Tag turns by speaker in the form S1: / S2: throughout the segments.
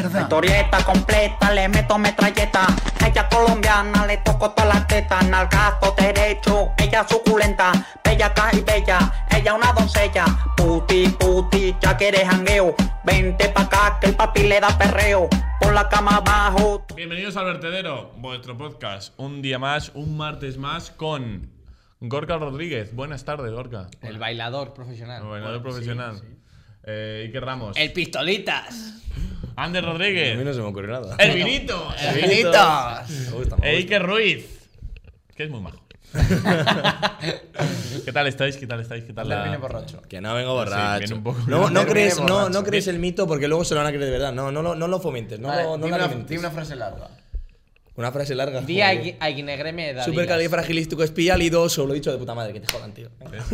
S1: Fuerza.
S2: Historieta completa, le meto metralleta. Ella colombiana, le toco todas las tetas. Nalgazo derecho, ella suculenta. Bella caja y bella, ella una doncella. Puti, puti, ya que eres jangueo. Vente pa' acá que el papi le da perreo. Por la cama abajo.
S3: Bienvenidos al vertedero, vuestro podcast. Un día más, un martes más con Gorka Rodríguez. Buenas tardes, Gorka.
S4: El bailador profesional.
S3: El bailador profesional. Eh, Iker Ramos.
S4: El pistolitas.
S3: Ander
S5: A mí
S3: Rodríguez.
S5: no se me ocurrió nada.
S3: El vinito.
S4: El vinitos.
S5: Me gusta,
S3: E
S5: me gusta.
S3: Iker Ruiz. Que es muy majo. ¿Qué tal estáis? ¿Qué tal estáis? ¿Qué tal la-
S4: Termine borracho.
S5: Que no vengo
S3: Sí,
S5: borracho.
S3: viene un poco-
S5: no, no,
S4: Viene
S5: crees, no,
S4: borracho.
S5: no crees el mito porque luego se lo van a creer de verdad. No, no lo, no lo fomentes. No,
S4: Vale,
S5: lo- no
S4: di
S5: lo
S4: Ah, una,
S5: alimentes.
S4: di una frase larga.
S5: Una frase larga.
S4: Di
S5: joder.
S4: a Guinegreme da.
S5: Supercalifragilístico espialidoso, lo he dicho de puta madre, que te jodan, tío.
S3: ¿Ves?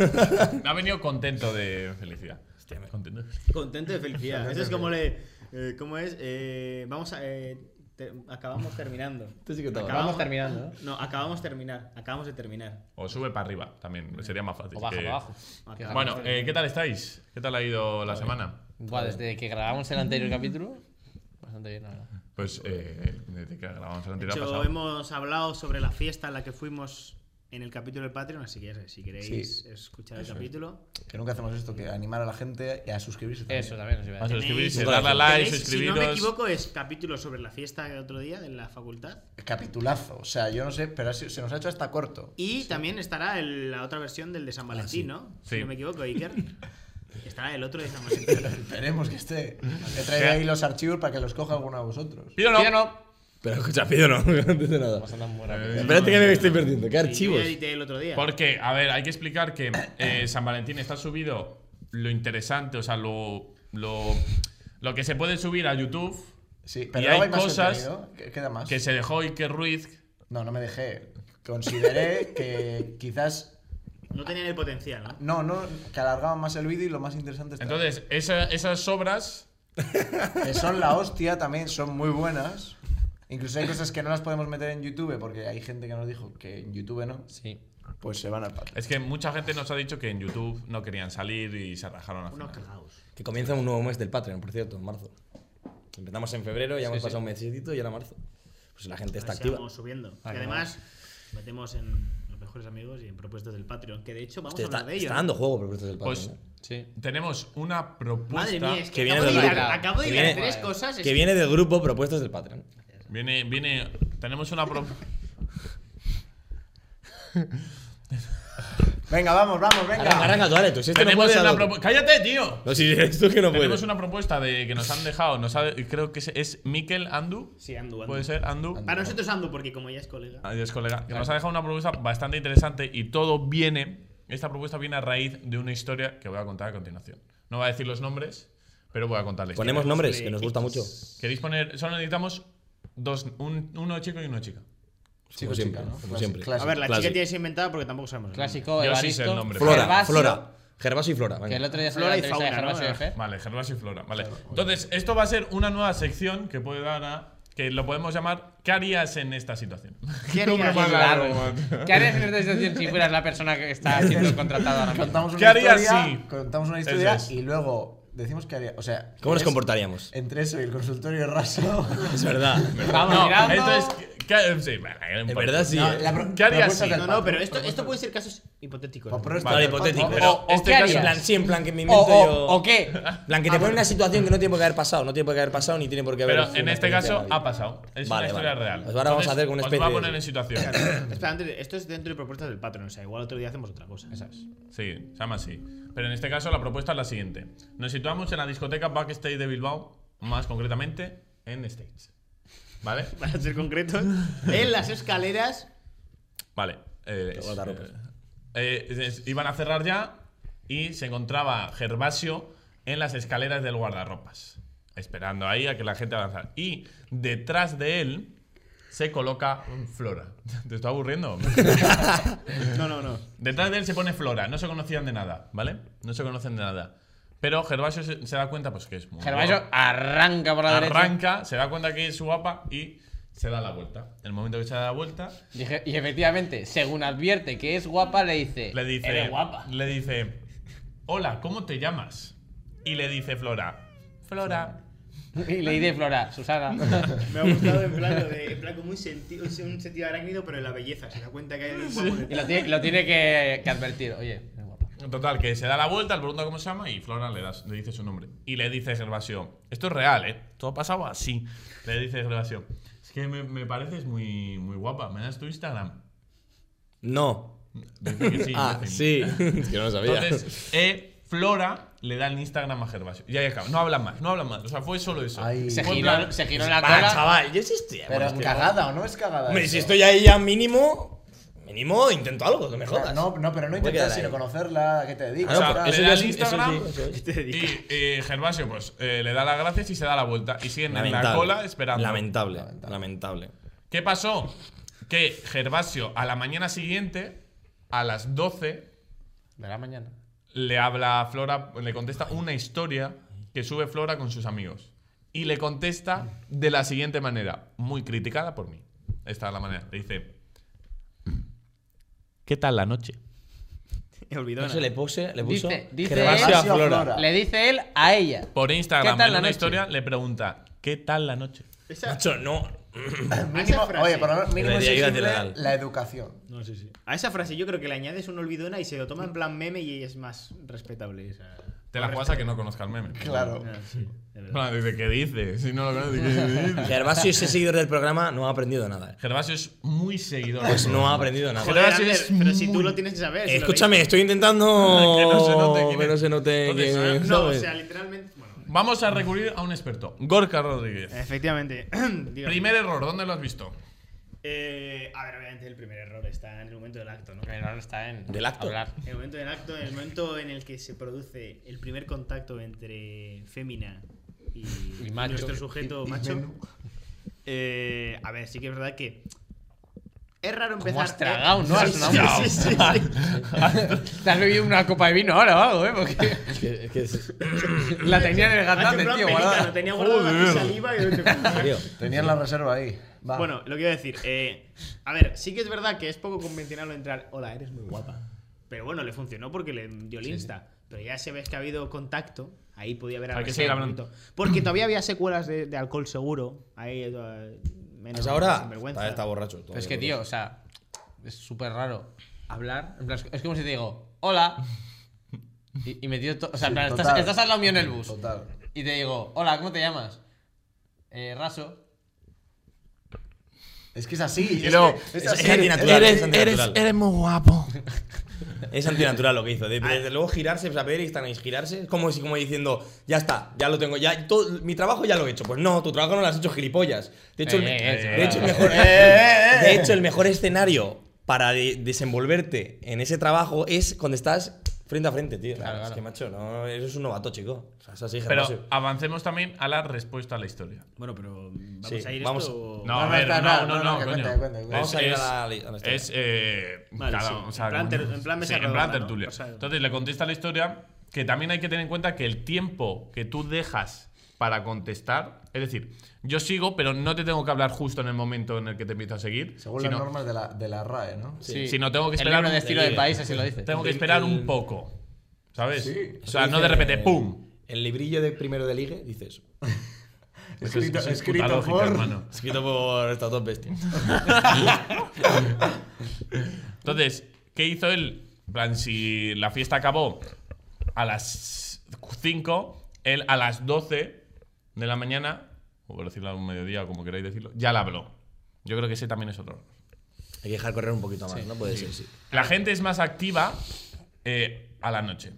S3: Ha venido contento de felicidad. Hostia, me contento.
S6: Contento de felicidad. Eso es como le. eh, ¿Cómo es? Eh, vamos a. eh, te- acabamos terminando.
S5: Tú sí que te-
S4: Acabamos terminando, ¿no?
S6: No, acabamos terminar. Acabamos de terminar.
S3: O sube para arriba, también sería más fácil.
S4: O baja,
S3: que-
S4: para abajo.
S6: Acabamos
S3: Bueno,
S6: de-
S3: eh, ¿qué tal estáis? ¿Qué tal ha ido la semana?
S4: Buah, desde que grabamos el anterior capítulo. Bastante bien, la verdad.
S3: Pues eh, desde que grabamos el
S6: de
S3: anterior ha
S6: hecho,
S3: pasado.
S6: hemos hablado sobre la fiesta a la que fuimos en el capítulo del Patreon, así que si queréis escuchar el capítulo.
S7: Que nunca hacemos esto, que animar a la gente y a suscribirse. también.
S4: Eso también nos iba a
S3: Vamos a
S4: decir.
S3: suscribirse,
S5: Tenéis-
S3: darle a like,
S6: Tenéis, si no me
S3: suscribiros.
S6: equivoco, es capítulo sobre la fiesta del otro día de la facultad.
S7: Capitulazo. O sea, yo no sé, pero ha sido- se nos ha hecho hasta corto.
S6: Y también estará el- la otra versión del de San Valentín, ¿no?
S3: Sí.
S6: Si no me equivoco, Iker. Estará el otro de San Valentín.
S7: Esperemos que esté. He traído ahí los archivos para que los coja alguno de vosotros.
S3: Pido no.
S4: Yo no.
S5: Pero escucha, pido no, no entiendo nada.
S4: Pasan tan buena.
S3: Eh,
S5: Espérate que me estoy perdiendo, qué
S6: Sí, yo
S5: archivos.
S6: ya edité el otro día.
S3: Porque, a ver, hay que explicar que eh, San Valentín está subido lo interesante, o sea, lo, lo, lo que se puede subir a YouTube
S7: Sí,
S3: Y
S7: pero luego
S3: hay
S7: hay más
S3: cosas
S7: contenido. ¿Qué- Queda más.
S3: que se dejó Iker Ruiz.
S7: No, no me dejé. Consideré que quizás.
S6: No tenían el potencial, ¿no?
S7: No, no, que alargaban más el vídeo y lo más interesante es
S3: Entonces, esa- esas obras,
S7: que son la hostia también, son muy buenas. Incluso hay cosas que no las podemos meter en YouTube porque hay gente que nos dijo que en YouTube no,
S4: Sí.
S7: pues se van al patio.
S3: es que mucha gente nos ha dicho que en YouTube no querían salir y se rajaron al
S6: Unos
S3: final.
S6: cagados.
S5: Que comienza un nuevo mes del Patreon, por cierto, en marzo. Empezamos en febrero, ya hemos
S4: sí.
S5: pasado un mesito y ahora marzo. Pues la gente está
S6: Ahora sí
S5: activa.
S6: vamos subiendo.
S4: Ah,
S6: y
S4: que
S6: además, metemos en los mejores amigos y en propuestas del Patreon. Que de hecho, vamos
S5: Hostia,
S6: a hablar
S5: está,
S6: de ello. ¿eh?
S5: está
S6: ¿no?
S5: dando juego, pero esto es del
S3: Pues
S5: Patreon. ¿eh?
S4: Sí.
S3: tenemos una propuesta.
S6: Madre mía, es que,
S5: Que viene
S6: acabo, de
S5: del
S6: hilar,
S5: grupo.
S6: acabo de
S5: Que
S6: hilar
S5: viene-
S6: tres cosas. es
S5: Que viene del grupo Propuestas del Patreon.
S3: Viene, viene. Tenemos una pro-
S7: Venga, vamos, vamos,
S5: Arranca,
S7: venga.
S5: arranca tú, dale, tú. Si este no
S3: tenemos
S5: puede,
S3: una
S5: hazlo tú.
S3: propu- ¡Cállate, tío!
S5: No, si esto que no puede.
S3: Tenemos una propuesta de que nos han dejado. Nos ha- creo que es, es Mikel Andu.
S6: Sí, Andu, Andu.
S3: Puede ser, Andu.
S6: Para nosotros Andu, porque como ya es
S5: Ah,
S6: colega.
S3: Adiós, colega. Que nos ha dejado una propuesta bastante interesante y todo viene. Esta propuesta viene a raíz de una historia que voy a contar a continuación. No voy a decir los nombres, pero voy a contar la historia.
S5: Ponemos nombres, que nos gusta mucho.
S3: ¿Queréis poner.? Solo necesitamos dos, un- uno chico y una chica.
S5: Como siempre,
S7: chica, ¿no?
S5: como
S7: Clasi-
S5: siempre.
S7: clásico.
S6: A ver, la
S5: Clásico.
S6: chica tienes inventada porque tampoco sabemos. el
S3: Yo
S4: Clásico, Evaristo.
S3: sí sé el nombre.
S5: Flora,
S4: Gervasio,
S5: Flora. Gervasio y Flora, venga.
S4: Que el otro día salió
S6: Flora
S4: la
S6: y
S4: entrevista de
S6: fauna,
S4: Gervasio
S6: ¿no?
S4: F.
S3: Vale, Gervasio y Flora. Vale. Entonces, esto va a ser una nueva sección que puede dar a. que lo podemos llamar ¿Qué harías en esta situación?
S6: ¿Qué
S3: No, pero
S6: harías? Sí,
S3: más
S4: Claro.
S3: largo, man.
S4: ¿Qué harías en esta situación si fueras la persona que está siendo contratada ahora mismo?
S7: Contamos
S3: ¿Qué
S7: una
S3: harías
S7: historia,
S3: si?
S7: contamos una
S3: Eso
S7: historia
S3: es.
S7: y luego decimos qué haría. O sea,
S5: ¿Cómo nos
S7: es-
S5: comportaríamos?
S7: Entre eso y el consultorio raso.
S5: Es verdad.
S4: Vamos
S3: No,
S4: mirando.
S3: entonces. ¿qué- qué- sí, vale,
S5: En
S3: importa.
S5: verdad sí.
S7: No,
S5: ¿eh?
S7: la pro-
S3: ¿Qué harías
S7: propuesta
S3: si?
S7: del
S6: No, no,
S7: pato.
S6: pero esto, esto puede ser casos hipotéticos. ¿no?
S7: Propuesta
S5: Vale,
S7: del pato.
S5: hipotético.
S3: Pero
S4: o- o
S3: este
S4: qué
S3: caso-
S4: harías?
S5: En plan, sí, en plan que me
S4: O,
S5: invento yo.
S4: o, o qué?
S5: En plan, que te pone una situación que no tiene por qué haber pasado, no tiene por qué haber pasado ni tiene por qué haber.
S3: Pero
S5: sido
S3: en
S5: una
S3: este
S5: experiencia
S3: caso
S5: de la
S3: ha
S5: vida.
S3: pasado. Es
S5: Vale,
S3: una historia
S5: vale.
S3: real.
S5: Pues ahora vamos a hacer una
S3: Os voy a
S5: especie
S3: poner
S5: de-
S3: en situación.
S6: Espera, antes, esto es dentro de propuestas del Patreon. O sea, igual otro día hacemos otra cosa. ¿sabes?
S3: Sí, se llama así. Pero en este caso la propuesta es la siguiente. Nos situamos en la discoteca Backstage de Bilbao, más concretamente en Stage. ¿Vale?
S6: Para ser concretos, en las escaleras
S3: Vale. eh, es-
S5: guardarropas.
S3: eh, eh, es- iban a cerrar ya y se encontraba Gervasio en las escaleras del guardarropas, esperando ahí a que la gente avanzara. Y detrás de él se coloca un Flora. ¿Te está aburriendo?
S6: No, no, no.
S3: Detrás de él se pone Flora, no se conocían de nada, ¿vale? No se conocen de nada. Pero Gervasio se, se da cuenta, pues que es muy
S4: Gervasio
S3: guapo.
S4: arranca por la derecha.
S3: arranca, se da cuenta que es guapa y se da la vuelta. En el momento que se da la vuelta,
S4: Y, eje- y efectivamente, según advierte que es guapa, le dice:
S3: le dice,
S4: Eres guapa.
S3: le dice, hola, ¿cómo te llamas? Y le dice Flora, Flora.
S4: Y leí de Flora, Susana.
S6: Me ha gustado en plan, lo de, en plan con muy sentido, un sentido arácnido, pero en la belleza. Se da cuenta que hay un guapo
S4: Y
S6: detrás.
S4: lo tiene, lo tiene que, que advertir. Oye, es guapa.
S3: Total, que se da la vuelta, le pregunta cómo se llama y Flora le, das- le dice su nombre. Y le dice Gervasio, esto es real, ¿eh? Todo ha pasado así. Le dice Gervasio, es que me, me pareces muy, muy guapa, ¿me das tu Instagram?
S5: No.
S3: Dice que sí.
S5: ah,
S3: dice,
S5: sí. es que no lo sabía.
S3: Entonces, eh, Flora le da el Instagram a Gervasio. Y ahí acaba. No hablan más, no hablan más. O sea, fue solo eso.
S7: Ay.
S4: Se
S5: pues
S3: Fue en
S4: giró,
S3: plan,
S4: se giró la
S5: Va,
S4: cola.
S5: chaval, yo sí estoy.
S7: Pero eh. es cagada o no es cagada.
S5: Hombre,
S7: eso?
S5: si estoy ahí ya mínimo, mínimo intento algo, que me jodas.
S7: No, no, pero no
S5: Voy a quedar
S7: intentar sino
S5: ahí.
S7: conocerla, a qué te
S5: Ah,
S7: dedicas.
S5: no,
S3: O sea,
S5: por-
S7: tal.
S3: le
S5: eso
S3: da
S5: ya
S3: el
S5: sí, eso
S3: Instagram.
S5: sí, eso es.
S3: Y eh, Gervasio, pues, eh, le da las gracias y se da la vuelta. Y siguen en la
S5: Lamentable.
S3: cola esperando.
S5: Lamentable, lamentable.
S3: ¿Qué pasó? Que Gervasio a la mañana siguiente, a las 12,
S4: De la mañana.
S3: le habla a Flora, le contesta una historia que sube Flora con sus amigos. Y le contesta de la siguiente manera, muy criticada por mí. Esta es la manera. Le dice, ¿qué tal la noche?
S6: Olvidona.
S5: No sé, le puse, le puso
S4: Dice- dice
S5: Gervasio a
S7: él-
S5: Flora.
S4: Le dice él a ella.
S3: Por Instagram,
S4: ¿Qué tal
S3: en
S4: la
S3: una
S4: noche?
S3: historia, le pregunta, ¿qué tal la noche?
S6: Esa-
S5: Macho, no.
S7: Mínimo-
S6: esa frase-
S7: oye, por lo menos mínimo
S5: Debería ir a
S7: exigible
S5: lateral.
S7: la educación.
S6: No, sí, sí. A esa frase yo creo que le añades un olvidona y se lo toma en plan meme y es más respetable. Esa.
S3: Te la juegas a que no conozca el meme.
S7: Claro.
S6: Ah, sí, de verdad.
S3: Bueno, dice, ¿qué dice? Si no lo conoce, ¿qué dice?
S5: Gervasio, ese seguidor del programa, no ha aprendido nada. eh.
S3: Gervasio es muy seguidor.
S5: Pues no ha aprendido nada.
S6: Joder,
S3: Gervasio
S6: Ander,
S3: es
S6: pero si tú
S3: muy-
S6: lo tienes que saber.
S5: Eh,
S6: si lo
S5: escúchame, estoy intentando
S3: Que no se note quién
S5: que
S3: es.
S5: no se note
S3: Entonces,
S5: quién es,
S6: leíste. No, o
S5: ¿sabes?
S6: sea, literalmente. Bueno,
S3: Vamos a recurrir a un experto, Gorka Rodríguez.
S6: Eh, efectivamente. dígame.
S3: Primer error, ¿dónde lo has visto?
S6: Eh, a ver, obviamente el primer error está en el momento del acto, ¿no?
S4: Pero ahora está en.
S5: Del acto.
S4: hablar.
S6: El momento del acto, el momento en el que se produce el primer contacto entre fémina y,
S4: Y macho.
S6: nuestro sujeto macho. Eh, a ver, sí que es verdad que es raro empezar.
S4: has tragado, no? Has
S6: Sí,
S4: tragado.
S6: sí, sí, sí.
S4: Te has bebido una copa de vino ahora o algo, ¿eh? Porque
S5: Es que- es que es- Ah,
S4: la tenía en el
S6: Macho,
S4: gandante,
S6: en plan
S4: tío.
S6: pelícano,
S4: guardada.
S6: tenía guardado aquí saliva y no te
S5: tío,
S7: Tenías la reserva ahí. Va.
S6: Bueno, lo que iba a decir. eh, a ver, sí que es verdad que es poco convencional entrar. Hola, eres muy guapa. Pero bueno, le funcionó porque le dio el Insta. Pero ya se ve que ha habido contacto. Ahí podía haber
S3: Hay que
S6: arrasado
S3: seguir
S6: un
S3: hablando.
S6: poquito. Porque todavía había secuelas de, de alcohol seguro. Ahí. eh, menos
S5: pues ahora
S6: sinvergüenza.
S5: está, está borracho.
S4: Pero es que, tío, o sea, es súper raro hablar. En plan, es como si te digo, hola. Y, y me tiro to- O sea, en plan,
S7: Sí,
S4: estás,
S7: total.
S4: estás al lado mío en el bus.
S7: Total.
S4: Y te digo, hola, ¿cómo te llamas? Eh, Raso.
S7: Es que es así.
S3: Y luego,
S7: es, que- es
S5: es
S7: así.
S5: antinatural.
S7: Es-
S5: es antinatural.
S3: muy guapo.
S5: Es antinatural lo que hizo. de- Desde luego girarse, o sea, pedir Instagram y girarse, es como, si- como diciendo, ya está, ya lo tengo, ya todo- mi trabajo ya lo he hecho. Pues no, tu trabajo no lo has hecho gilipollas. De hecho, el,
S4: Eh, eh,
S5: de
S4: eh,
S5: hecho, el
S4: eh,
S5: mejor,
S3: Eh.
S5: de hecho, el mejor escenario para de- desenvolverte en ese trabajo es cuando estás frente a frente, tío.
S4: Claro,
S5: Es
S4: claro.
S5: que, macho, no, eso es un novato, chico. O sea, es así,
S3: Pero
S5: Gervasio.
S3: avancemos también a la respuesta a la historia.
S6: Bueno, pero mm, vamos
S5: Sí,
S6: a ir
S5: vamos-
S6: esto.
S3: No,
S7: no,
S3: a ver,
S7: está,
S3: no,
S7: no,
S3: no,
S7: no,
S3: no,
S7: que
S3: coño.
S7: cuente, cuente, cuente.
S5: Vamos a ir
S3: es,
S5: a la- a la historia.
S3: es, eh,
S6: Vale,
S3: cada-
S6: sí.
S3: o sea,
S6: En plan ter-
S3: como-
S6: en plan mesa
S3: sí, en
S6: redonda,
S3: plan
S6: ¿no?
S3: tertulia.
S6: O sea-
S3: Entonces le contesta la historia, que también hay que tener en cuenta que el tiempo que tú dejas para contestar, es decir, yo sigo, pero no te tengo que hablar justo en el momento en el que te empiezo a seguir,
S7: Según las
S3: sino,
S7: normas de la, de la RAE, ¿no?
S3: Si no, tengo que
S4: El
S3: esperar
S4: libro
S3: un-
S4: de estilo de país, así lo dice.
S3: tengo que
S5: el-
S3: esperar
S5: el-
S3: un poco, ¿sabes?
S7: Sí.
S3: o sea, no de repente, ¡pum!
S5: El librillo de primero de ligue dice eso.
S3: Eso es-
S7: Escrito-
S3: eso es puta
S7: escrito
S3: lógica,
S7: por-
S3: hermano.
S5: Escrito por estas dos bestias.
S3: Entonces, ¿qué hizo él? En plan, si la fiesta acabó a las 5, él a las 12 de la mañana, o por decirlo a un mediodía, o como queráis decirlo, ya la habló. Yo creo que ese también es otro.
S5: Hay que dejar correr un poquito más, ¿no? Puede ser, sí.
S3: La gente es más activa eh, a la noche.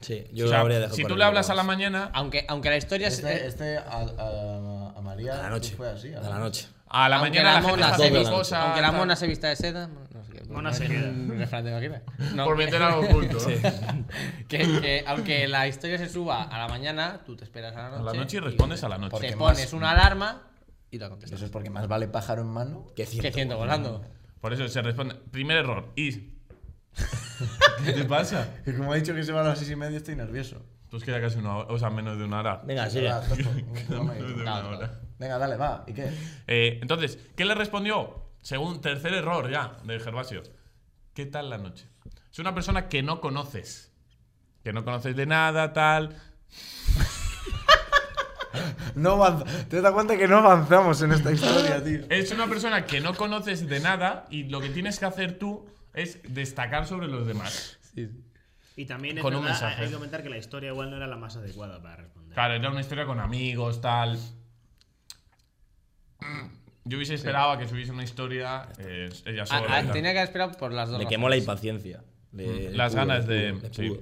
S5: Sí, yo
S3: O sea,
S5: habría dejado
S3: si tú
S5: correr
S3: le
S5: un
S3: hablas
S5: poco
S3: a la
S5: más.
S3: mañana,
S4: Aunque, aunque la historia es-
S7: Este,
S4: eh,
S7: este a, a- a María
S5: A la noche.
S7: fue así.
S5: A la noche.
S3: a la
S4: aunque
S3: mañana la,
S4: la
S3: gente
S4: mona
S3: está
S5: se
S3: haciendo
S5: vista-
S3: cosas,
S4: aunque la
S3: tal,
S4: mona se vista de seda. No sé qué.
S6: Mona se queda.
S4: Un refrán de Shakira. No,
S3: Por
S4: que-
S3: meter algo ¿eh? oculto. ¿no?
S4: que, que aunque la historia se suba a la mañana, tú te esperas a la
S3: A
S4: noche.
S3: la noche y respondes a la noche.
S4: Te
S7: Porque
S4: pones
S7: más-
S4: una alarma y la contestas.
S7: Eso es porque más vale pájaro en mano.
S5: ¿Qué
S4: ¿Qué siento volando?
S3: Por eso se responde. Primer error. Y. ¿Qué te pasa?
S7: Y como he dicho que se va a las seis y media, estoy nervioso.
S3: Pues queda casi una hora, o sea, menos de una hora.
S5: Venga, sigue.
S7: Va, Topo, un
S3: Menos de
S7: momento.
S3: una
S4: No, no.
S3: hora.
S7: Venga, dale, va. ¿Y qué?
S3: Eh, entonces, ¿qué le respondió? Según tercer error ya de Gervasio. ¿Qué tal la noche? Es una persona que no conoces. Que no conoces de nada, tal.
S7: No avanz- ¿Te das cuenta que no avanzamos en esta historia, tío?
S3: Es una persona que no conoces de nada y lo que tienes que hacer tú es destacar sobre los demás.
S6: Y también es
S3: Con un
S6: verdad,
S3: mensaje.
S6: hay que comentar que la historia igual no era la más adecuada para responder.
S3: Claro, era una historia con amigos, tal. Yo hubiese esperado a que subiese una historia eh, ella
S4: Ah,
S3: sola.
S4: ah,
S3: tal.
S4: tenía que haber esperado por las dos.
S5: Le
S4: razones.
S5: quemó la impaciencia. Le-
S3: Mm, Las
S5: le pudo,
S3: ganas
S5: le
S3: de-
S5: pudo, le
S3: sí.
S5: pudo.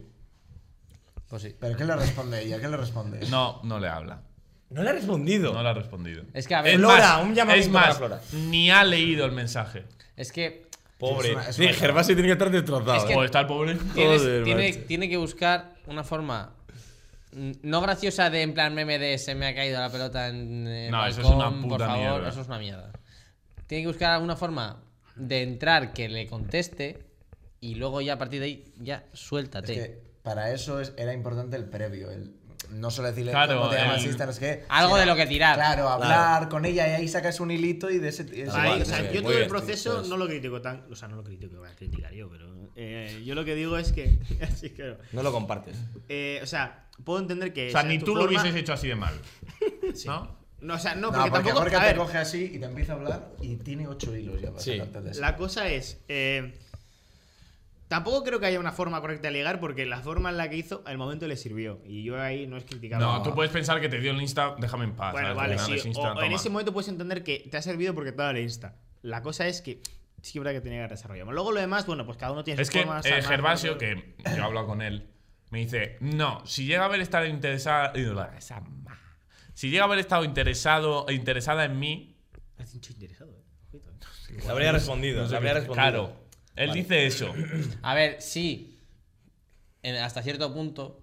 S4: Pues sí.
S7: ¿Pero qué le responde ella? ¿Qué le responde?
S3: No, no le habla.
S5: No le ha respondido.
S3: No le ha respondido.
S4: Es que, a ver,
S5: Es Flora, un llamamiento
S3: es más,
S5: para Flora.
S3: ni ha leído el mensaje.
S4: es que
S5: Pobre.
S7: Es una- es
S5: sí,
S7: una-
S5: Gervasio tiene que estar destrozado.
S4: Es que-
S5: ¿eh?
S3: O está el pobre.
S4: tienes-
S5: Joder,
S4: tiene,
S5: macho.
S4: tiene que buscar una forma mm, no graciosa de en plan meme de se me ha caído la pelota en el
S3: No, eso es
S4: balcón,
S3: una
S4: por
S3: puta
S4: favor,
S3: mierda.
S4: eso es una mierda. Tiene que buscar alguna forma de entrar que le conteste y luego ya a partir de ahí ya
S7: Es
S4: suéltate.
S7: que para eso es- era importante el previo, el no solo decirle
S3: Claro,
S7: cómo te llamas
S3: el-
S7: Insta, no sé qué,
S4: Algo
S7: sino-
S4: de lo que tirar.
S7: Claro, hablar con ella y ahí sacas un hilito y de ese. ese-
S5: Ah,
S6: Ahí,
S5: vale,
S6: o sea,
S5: muy bien,
S6: yo
S5: muy
S6: todo el
S5: bien,
S6: proceso
S5: entonces.
S6: no lo critico tan. O sea, no lo critico, voy a criticar yo, pero. eh, yo lo que digo es que. así que no.
S5: No lo compartes.
S6: Eh, o sea, puedo entender que.
S3: O sea,
S6: esa
S3: ni
S6: es tu
S3: tú lo
S6: forma-
S3: hubieses hecho así de mal.
S6: Sí.
S3: ¿No?
S6: No, o sea, no,
S7: No,
S6: porque,
S7: porque,
S6: tampoco.
S7: Jorge
S6: a
S7: te
S6: ver,
S7: coge así y te empieza a hablar y tiene ocho hilos ya para
S5: Sí.
S7: sacarte de eso.
S6: la cosa es. eh, tampoco creo que haya una forma correcta de ligar, porque la forma en la que hizo, al momento le sirvió. Y yo ahí no es criticable.
S3: No, tú puedes pensar que te dio el Insta, déjame en paz.
S6: Bueno,
S3: ¿sabes?
S6: vale,
S3: Porque nada,
S6: sí.
S3: es Insta,
S6: o- o en
S3: toma.
S6: ese momento puedes entender que te ha servido porque te ha dado el Insta. La cosa es que. Sí, que es verdad que tenía que desarrollar. Luego lo demás, bueno, pues cada uno tiene
S3: Es
S6: sus
S3: que
S6: formas.
S3: eh,
S6: además,
S3: Gervasio,
S6: ¿no?
S3: que yo he hablado con él, me dice, no, si llega a haber estado interesada... esa ma- Si llega a haber estado interesado, interesada en mí...
S6: Has dicho interesado, eh.
S5: Mm,
S6: Ojito, eh.
S5: Le habría respondido. le habría respondido.
S3: Claro, él dice eso.
S4: A ver, sí, en- hasta cierto punto,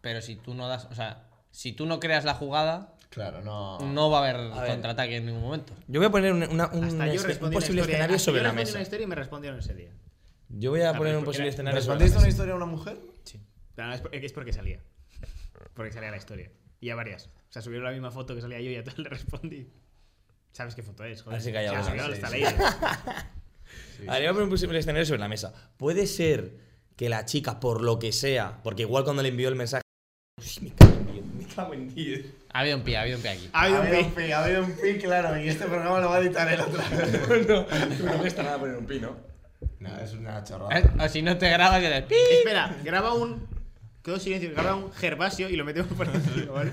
S4: pero si tú no das, o sea, si tú no creas la jugada,
S7: Claro, no.
S6: Mm.
S4: no va a haber
S5: ver.
S4: contraataque en ningún momento.
S5: Yo voy a poner una- una- un,
S6: Hasta
S5: esce-
S6: yo
S5: un
S6: respondí una
S5: posible
S6: historia,
S5: escenario
S6: hasta
S5: sobre
S6: yo
S5: la
S6: respondí
S5: mesa.
S6: una historia Ah, y me respondieron ese día.
S5: Yo voy a poner un
S6: porque
S5: posible
S6: era-
S5: escenario sobre la
S7: ¿Respondiste
S5: mesa.
S7: una historia a una mujer?
S6: Sí. Pero no, es, por- es porque salía. Porque salía la historia. Y ya varias. O sea, subieron la misma foto que salía yo y a todos le respondí. ¿Sabes qué foto es? Joder.
S5: Así callado,
S6: Se la subieron
S5: sí,
S6: hasta
S5: sí.
S6: la ella.
S5: A ver, voy a poner un posible escenario sobre la mesa. Puede ser que la chica, por lo que sea, porque igual cuando le envió el mensaje. Uy, me cago en diez, me cago en diez.
S4: Ha habido un pie, ha habido un pie aquí.
S6: Ha habido un pi-
S7: pi, ha habido un pi, claro, y este programa lo va a editar el otro.
S5: no, no cuesta nada poner un pino.
S7: no, es una
S4: Eh,
S7: chorrada.
S4: O si no te grabas, que te...
S6: Espera, graba un. Quedó silencio. Graba un Gervasio y lo metemos por aquí, ¿vale?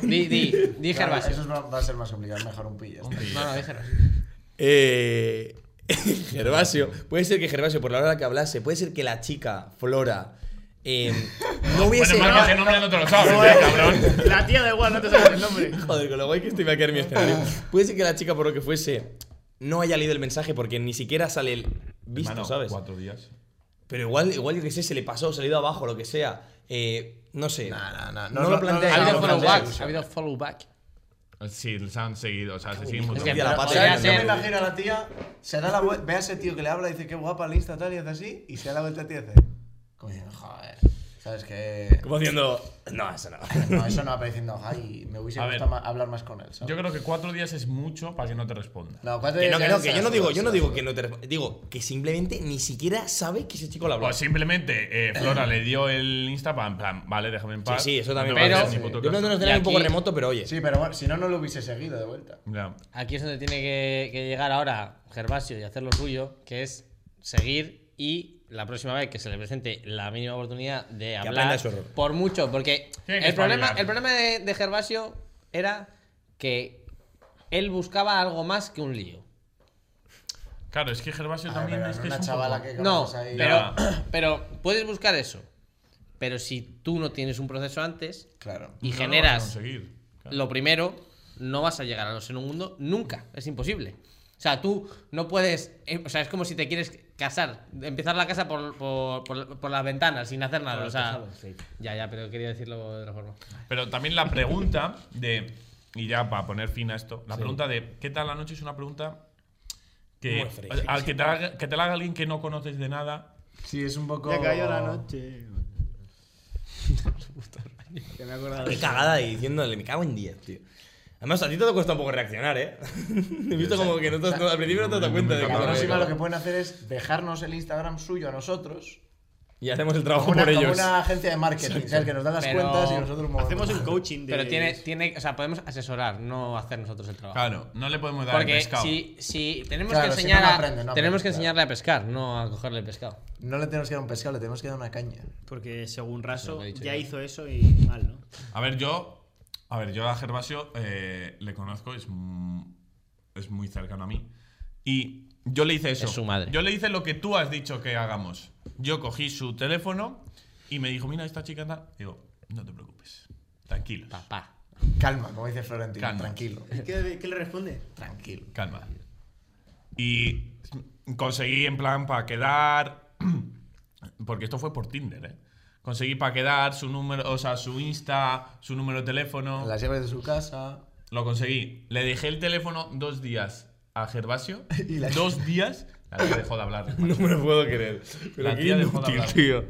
S4: Di, di, di
S7: Claro,
S4: Gervasio.
S7: eso es- va a ser más complicado, mejor un pi. ya está.
S4: No, no, di Gervasio.
S5: Eh, Gervasio. Puede ser que Gervasio, por la hora que hablase, puede ser que la chica, Flora, eh, no
S3: Bueno,
S5: hubiese.
S3: hermano, ese nombre no te lo sabes, ¿eh, cabrón.
S6: La tía da igual, no te sabes el nombre.
S5: Joder, con lo guay que estoy me va a quedar mi escenario. Puede ser que la chica, por lo que fuese, no haya leído el mensaje porque ni siquiera sale el visto,
S3: Hermano,
S5: ¿sabes?
S3: Cuatro días.
S5: Pero igual, igual yo que sé, se le pasó, se le ha ido abajo, lo que sea. Eh, no sé.
S7: No, no, no,
S5: No
S7: no,
S5: lo
S7: no,
S5: planteé.
S4: Ha
S7: no, no,
S4: habido
S7: no,
S5: lo
S7: follow back,
S4: followback, ha habido followback.
S3: Sí, se han seguido, o sea, se siguen
S5: Es
S3: mucho.
S5: que-
S3: Pero
S5: la
S7: Pero,
S5: pata
S7: o sea,
S5: de
S7: yo me
S5: Daniel.
S7: imagino a la tía, se da la vuelta, ve a ese tío que le habla, dice qué guapa, lista, tal, y hace así, y se da la vuelta a ti y hace. Como diciendo, joder, ¿sabes qué?
S5: Como haciendo. No, eso no.
S7: No, eso no va diciendo, ay, me hubiese
S3: A
S7: gustado
S3: ver.
S7: ma- hablar más con él, ¿sabes?
S3: Yo creo que cuatro días es mucho para que no te responda.
S7: No, cuatro
S5: Que no, que
S7: días ya
S5: no, que yo
S7: se
S5: no
S7: las
S5: digo,
S7: suda,
S5: yo no
S7: se
S5: digo
S7: las
S5: que no te resp- Digo, que simplemente ni siquiera sabe que ese chico le habló.
S3: O simplemente eh, Flora le dio el Insta para, en plan, vale, déjame en
S5: Sí,
S3: paz.
S5: sí, eso también.
S3: No te voy a
S4: Pero-
S3: hacer ni puto
S5: Yo planteo un
S3: caso.
S5: escenario
S4: Y
S5: un poco
S4: aquí-
S5: remoto, pero oye.
S7: suda. Sí, pero bueno, si no, no lo hubiese seguido de vuelta.
S3: Ya.
S4: Aquí es donde tiene que, que llegar ahora Gervasio y hacer lo suyo, que es seguir y la próxima vez que se le presente la mínima oportunidad de
S5: aprenda
S4: hablar
S5: de su error.
S4: por mucho, porque
S3: Tiene que
S4: el problema,
S3: espabilar.
S4: el problema de, de Gervasio era que él buscaba algo más que un lío.
S3: Claro, es que Gervasio
S7: Ay,
S3: también
S7: Ah, pero
S3: es
S7: no
S3: que
S7: una
S3: es un
S7: chavala
S3: poco-
S7: que
S4: No,
S7: conoces ahí.
S4: pero, pero puedes buscar eso. Pero si tú no tienes un proceso antes
S7: Claro.
S3: No
S4: y
S3: lo vas a
S4: generas
S3: conseguir. Claro.
S4: lo primero, no vas a llegar a los en un mundo nunca. Es imposible. O sea, tú no puedes. eh, o sea, es como si te quieres casar. Empezar la casa por, por, por- por las ventanas sin hacer nada. O sea, ya, ya, pero quería decirlo de otra forma.
S3: Pero también la pregunta de. Y ya para poner fin a esto, la pregunta de ¿qué tal la noche? es una pregunta que.
S5: Muy fresca.
S3: al que te, la haga, que te la haga alguien que no conoces de nada.
S7: Sí, es un poco.
S6: Ya cayó la noche. Que me he acordado de
S5: Qué
S6: eso.
S5: cagada y diciéndole, me cago en 10, tío. Además, a ti te ha costado un poco reaccionar, ¿eh? He visto como que no te has- no, al principio no te has dado cuenta de
S7: La
S5: que-
S7: próxima lo que pueden hacer es dejarnos el Instagram suyo a nosotros
S5: Y hacemos el trabajo
S7: Una,
S5: por
S7: como
S5: ellos.
S7: una agencia de marketing, ¿sabes? Que nos dan las
S4: Pero-
S7: cuentas y nosotros movemos.
S6: Hacemos un coaching de.
S4: Pero tiene, tiene, o sea, podemos asesorar, no hacer nosotros el trabajo.
S3: Claro, no le podemos dar el
S4: Porque
S3: pescado.
S4: si, si tenemos
S7: Claro,
S4: que
S7: si
S4: enseñar
S7: no, no
S4: a-
S7: aprende, no
S4: tenemos que
S7: aprende, claro.
S4: enseñarle a pescar, no a cogerle el pescado.
S7: No le tenemos que dar un pescado, le tenemos que dar una caña.
S6: Porque según Raso
S4: lo he dicho
S6: ya
S4: yo.
S6: hizo eso y mal, ¿no?
S3: A ver, yo. A ver, yo a Gervasio eh, le conozco, es, mm, es muy cercano a mí. Y yo le hice eso.
S4: Es su madre.
S3: Yo le hice lo que tú has dicho que hagamos. Yo cogí su teléfono y me dijo, mira, esta chica anda. Digo, no te preocupes. Tranquilo.
S4: Papá.
S7: Calma, como dice Florentino,
S3: Calma.
S7: tranquilo.
S6: ¿Qué, le responde?
S7: Tranquilo.
S3: Calma. Y conseguí en plan para quedar. Porque esto fue por Tinder, ¿eh? Conseguí para quedar su número, o sea, su Insta, su número de teléfono.
S7: Las llaves de su casa.
S3: Lo conseguí. Le dejé el teléfono dos días a Gervasio.
S7: Y la-
S3: Dos días. La tía dejó de hablar.
S5: No me lo puedo creer. Pero
S3: La
S5: qué
S3: tía dejó de
S5: inútil,
S3: hablar.
S5: tío.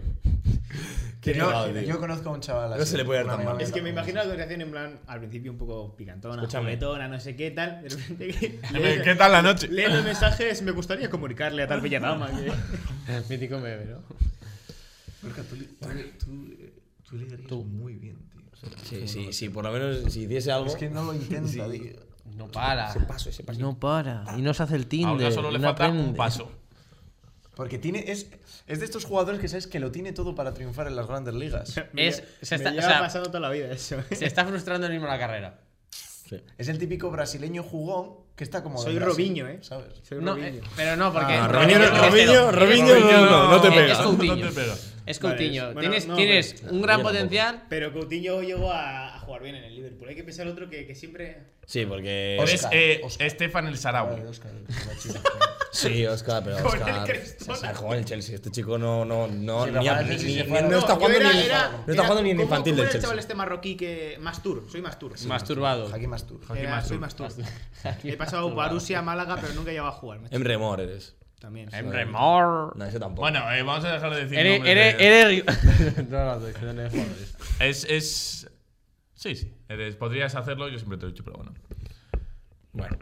S7: Que
S5: Qué
S7: no-
S5: cagado, tío.
S7: yo conozco a un chaval así.
S5: No se le puede dar
S7: un
S5: tan
S7: amigo
S5: mal.
S7: mío
S6: Es que me
S7: también.
S6: imagino la conversación en plan, al principio un poco picantona,
S5: Escúchame.
S6: juguetona, no sé qué, tal. De repente que. lees-
S3: Eh, ¿Qué tal la noche?
S6: Leo los mensajes, me gustaría comunicarle a tal bella dama que.
S4: El mítico meme, ¿no?
S7: Gorka, tú, le- tú, le- tú le darías muy bien, tío.
S5: Sí, sí, sí, por lo menos si hiciese algo.
S7: Es que no lo intenta, tío.
S4: No para.
S5: Ese paso, ese paso.
S4: No para. Y no se hace el Tinder.
S3: Ahora solo le
S4: no
S3: falta un
S4: aprende.
S3: paso.
S7: Porque tiene, es, es de estos jugadores que sabes que lo tiene todo para triunfar en las grandes ligas.
S4: Es-
S6: me
S4: se
S6: se
S4: está-
S6: está,
S4: o sea-
S6: pasando toda la vida eso. ¿eh?
S4: Se está frustrando el mismo la carrera.
S7: Es el típico brasileño jugón que está como. de
S6: Soy
S7: Brasil,
S6: Robinho, ¿eh?
S7: ¿Sabes?
S6: Soy
S4: No,
S6: Robinho.
S4: eh, pero no, porque.
S5: Ah,
S4: Robinho
S5: Robinho,
S4: es
S5: Robinho,
S4: cero.
S5: Robinho, no, no, no te
S4: Es-
S5: pega.
S4: Es Coutinho.
S3: No te pega.
S4: Es
S6: Vale,
S4: Coutinho.
S6: bueno,
S4: tienes
S6: no,
S4: tienes un gran
S5: Yo tampoco.
S4: potencial.
S6: Pero Coutinho llegó a, a jugar bien en el Liverpool. Hay que pensar otro que, que siempre.
S5: Sí, porque.
S7: Oscar,
S3: Es eh,
S7: Oscar.
S3: Estefan el
S7: Vale,
S3: Sarawi.
S7: Óscar, la chica.
S5: Sí, Oscar, pero
S6: Con el
S5: Oscar.
S6: Crestona.
S5: O sea, jugó en el Chelsea. Este chico no, no, no,
S7: Sí,
S5: ni,
S7: pero
S5: a-
S7: parece
S5: ni-
S7: si se
S5: ni-
S7: fuera-
S5: no
S7: No,
S5: está
S6: yo
S5: jugando
S6: era-
S5: ni, en-
S6: era-
S5: no está
S6: era-
S5: jugando ni en
S6: ¿cómo-
S5: infantil
S6: cómo
S5: del
S6: era el chaval
S5: Chelsea.
S6: este marroquí que. Mastur, soy Mastur.
S4: Masturbado.
S7: Aquí más tú.
S3: Joaquín
S6: Era-
S3: Mastur.
S6: soy Mastur. He pasado Borussia, Málaga, pero nunca he llegado a jugar. macho.
S5: En remor eres.
S6: También.
S3: En remor.
S5: No, ese tampoco.
S3: Bueno, eh, vamos a dejar de decir.
S4: Eres.
S3: nombres
S4: Eres.
S3: de-
S4: eres- No, no, no, no, no, no, no.
S3: Es, es. Sí, sí. Eres- podrías hacerlo, yo siempre te lo he dicho, pero bueno.
S5: Bueno.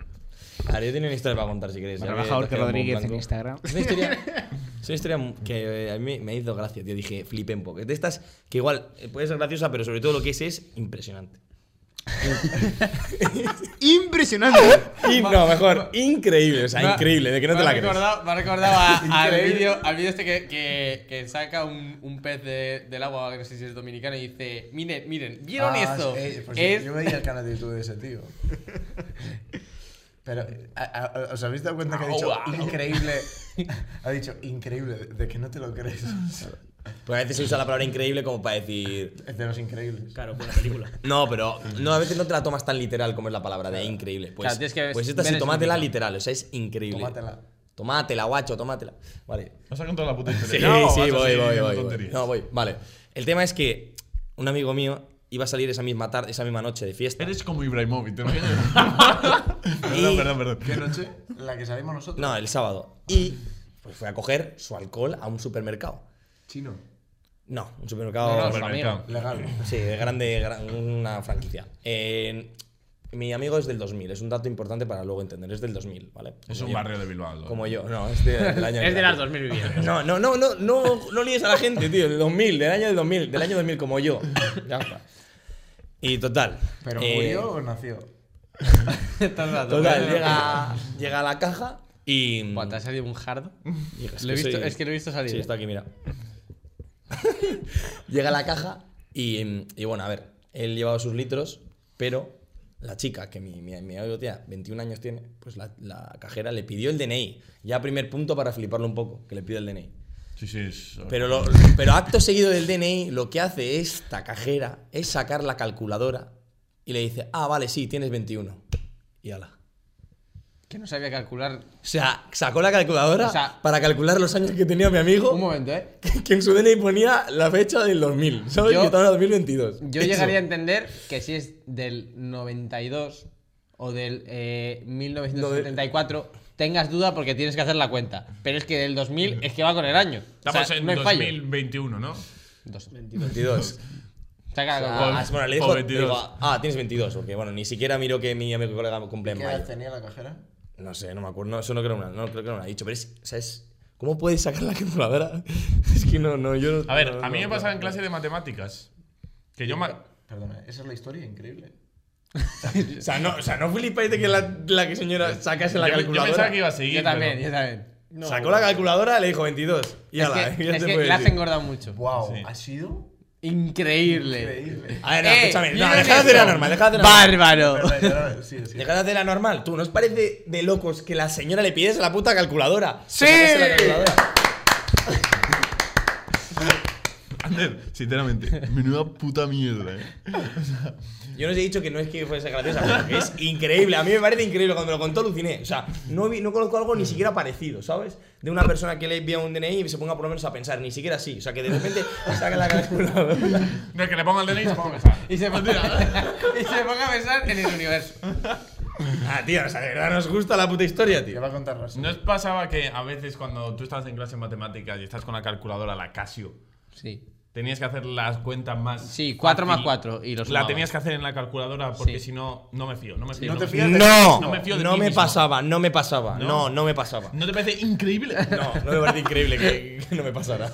S5: A ver, yo tenía una historia para contar si queréis. ya
S6: Trabaja
S5: que
S6: Jorge
S5: te has quedado un poco
S6: Rodríguez en
S5: blanco.
S6: Instagram.
S5: Es una historia, es una historia que eh, a mí me hizo gracia, tío. Dije, flipé un poco. Es De estas que igual eh, puede ser graciosa, pero sobre todo lo que es es impresionante.
S6: Impresionante. ¿eh?
S5: Y- no, mejor, increíble. O sea, increíble, de que no
S4: me
S5: te
S4: ha
S5: la crees.
S4: recordado- Me ha recordado a- al
S7: Increíble.
S4: vídeo al vídeo este que, que, que saca un, un pez de- del agua, que no sé si es dominicano, y dice, miren, miren, ¿vieron
S7: Ah,
S4: esto?
S7: eh, pues
S4: es,
S7: Yo veía el canal de YouTube de ese tío. Pero, eh, a- a- ¿os habéis dado cuenta que ha dicho increíble? Ha dicho increíble, de- de que no te lo crees.
S5: Porque a veces se usa la palabra increíble como para decir.
S7: Es de los increíbles.
S6: Claro, buena película.
S5: No, pero no, a veces no te la tomas tan literal como es la palabra de increíble. Pues,
S4: Claro, tienes que
S5: pues esta
S4: ver
S5: sí,
S4: el
S5: tómatela
S4: significado.
S5: literal, o sea, es increíble.
S7: Tómatela.
S5: Tómatela, guacho, tómatela. Vale.
S3: ¿Vas a contar la puta
S5: Sí,
S3: historia? No,
S5: sí,
S3: vas a
S5: voy,
S3: seguir
S5: voy,
S3: diciendo
S5: voy, voy.
S3: tonterías.
S5: No, voy. Vale. El tema es que un amigo mío iba a salir esa misma tarde, esa misma noche de fiesta.
S3: Eres como Ibrahimovic, ¿te imaginas? perdón, perdón, perdón.
S7: ¿Qué noche? La que salimos nosotros.
S5: No, el sábado. Y pues fue a coger su alcohol a un supermercado.
S7: Chino.
S5: No, un supermercado.
S4: No, no,
S3: Supermercado.
S7: Legal.
S5: Sí, es grande, gran- una franquicia. Eh, mi amigo es del 2000, es un dato importante para luego entender, es del 2000, ¿vale?
S3: Es
S5: Como
S3: un
S5: yo.
S3: barrio de Bilbao. ¿no?
S5: Como yo, no, es de- del año
S4: es de las 2000 viviendas.
S5: No, no, no, no, no, no líes a la gente, tío, del 2000, del año del 2000, del año 2000 como yo. Ya está. Y total.
S7: ¿Pero
S5: eh,
S7: murió o nació?
S4: Estás rato.
S5: Total, llega, llega a la caja y.
S4: Buah, ¿Te ha salido un hard?
S5: y es
S4: Lo he visto-
S5: soy-
S4: es que lo he visto salir,
S5: Sí,
S4: eh.
S5: está aquí, mira. llega a la caja y, y bueno, a ver, él llevaba sus litros, pero la chica, que mi, mi, mi amigo tía, 21 años tiene, pues la, la cajera le pidió el DNI. Ya primer punto para fliparlo un poco, que le pida el DNI.
S3: Sí, sí, es.
S5: Pero, lo- pero acto seguido del DNI, lo que hace esta cajera es sacar la calculadora y le dice, ah, vale, sí, tienes 21. Y ala.
S4: Que no sabía calcular.
S5: O sea, sacó la calculadora
S4: O sea-
S5: para calcular los años que tenía mi amigo,
S4: Un momento, ¿eh?
S5: que en su DNI ponía la fecha del 2000, ¿sabes?
S4: Yo-
S5: que estaba en el 2022.
S4: Yo
S5: Eso.
S4: llegaría a entender que si es del 92 o del eh, 1974, tengas duda porque tienes que hacer la cuenta. Pero es que del 2000 es que va con el año. O sea,
S3: Estamos en
S4: no hay fallo.
S3: 2021, ¿no?
S4: Dos.
S5: 22.
S4: Saca la
S5: Ah,
S4: calculadora.
S5: bueno,
S3: o
S5: le dijo,
S3: 22.
S5: digo, ah, tienes 22, porque bueno, ni siquiera miró que mi amigo y colega cumple en
S7: ¿Qué
S5: mayo.
S7: edad tenía la cajera?
S5: No sé, no me acuerdo. No, eso no creo que no, no creo que no lo ha dicho, pero es, o sea, es ¿Cómo puedes sacar la calculadora? es que no, no, yo.
S3: A ver,
S5: no-
S3: a mí
S5: no-
S3: me pasaba
S5: no.
S3: en clase de matemáticas. Que yo. ma-
S7: Perdona, esa es la historia increíble.
S5: O sea, no, o sea, no flipáis de que la, la que señora sacase la
S3: yo, yo
S5: calculadora.
S3: pensaba que iba a seguir.
S4: Yo también,
S3: pero-
S4: yo también.
S5: Sacó la calculadora, le dijo 22. Y
S4: Es
S5: ala,
S4: que,
S5: ya
S4: es
S5: se
S4: que
S5: puede
S4: la has
S5: decir.
S4: engordado mucho.
S7: Wow,
S3: Sí.
S7: ha sido
S4: Increíble.
S7: increíble.
S5: A ver, no,
S4: Eh,
S5: escúchame. No,
S4: mira
S5: dejad de hacer la
S4: eso.
S5: normal, dejad de hacer la normal.
S4: Bárbaro.
S7: Perdón, ya, sí, sí.
S5: Dejad de hacer la normal. Tú, ¿no os parece de locos que la señora le pides a la puta calculadora?
S4: ¡Sí!
S5: Que sacase la calculadora?
S3: Ander, sinceramente, menuda puta mierda, eh.
S5: Yo no os he dicho que no es que fuese graciosa, pero que es increíble. A mí me parece increíble. Cuando lo contó, aluciné. O sea, no, vi- no conozco algo ni siquiera parecido, ¿sabes? De una persona que le envía un DNI y se ponga por lo menos a pensar. Ni siquiera así. O sea, que de repente saca la calculadora.
S3: No, es que le ponga el DNI y se ponga a besar.
S4: Y se, ponga, y se ponga a besar en el universo.
S5: Ah, tío, o sea, de verdad nos gusta la puta historia,
S7: ¿Qué
S5: tío.
S7: va a contarnos?
S3: ¿No os pasaba que a veces cuando tú estabas en clase de matemáticas y estás con la calculadora, la Casio,
S4: Sí.
S3: tenías que hacer las cuentas más.
S4: Sí, cuatro más cuatro, y los
S3: La
S4: sumabas.
S3: tenías que hacer en la calculadora porque
S4: Sí.
S3: si no, no me fío. No me fío.
S7: ¿No te
S3: me
S7: fías?
S5: No,
S3: No me fío de
S5: no
S3: mí
S5: me
S3: mismo.
S5: pasaba, no me pasaba,
S3: ¿No?
S5: no, no me pasaba.
S3: ¿No te parece increíble?
S5: No, no me parece increíble que, que no me pasara.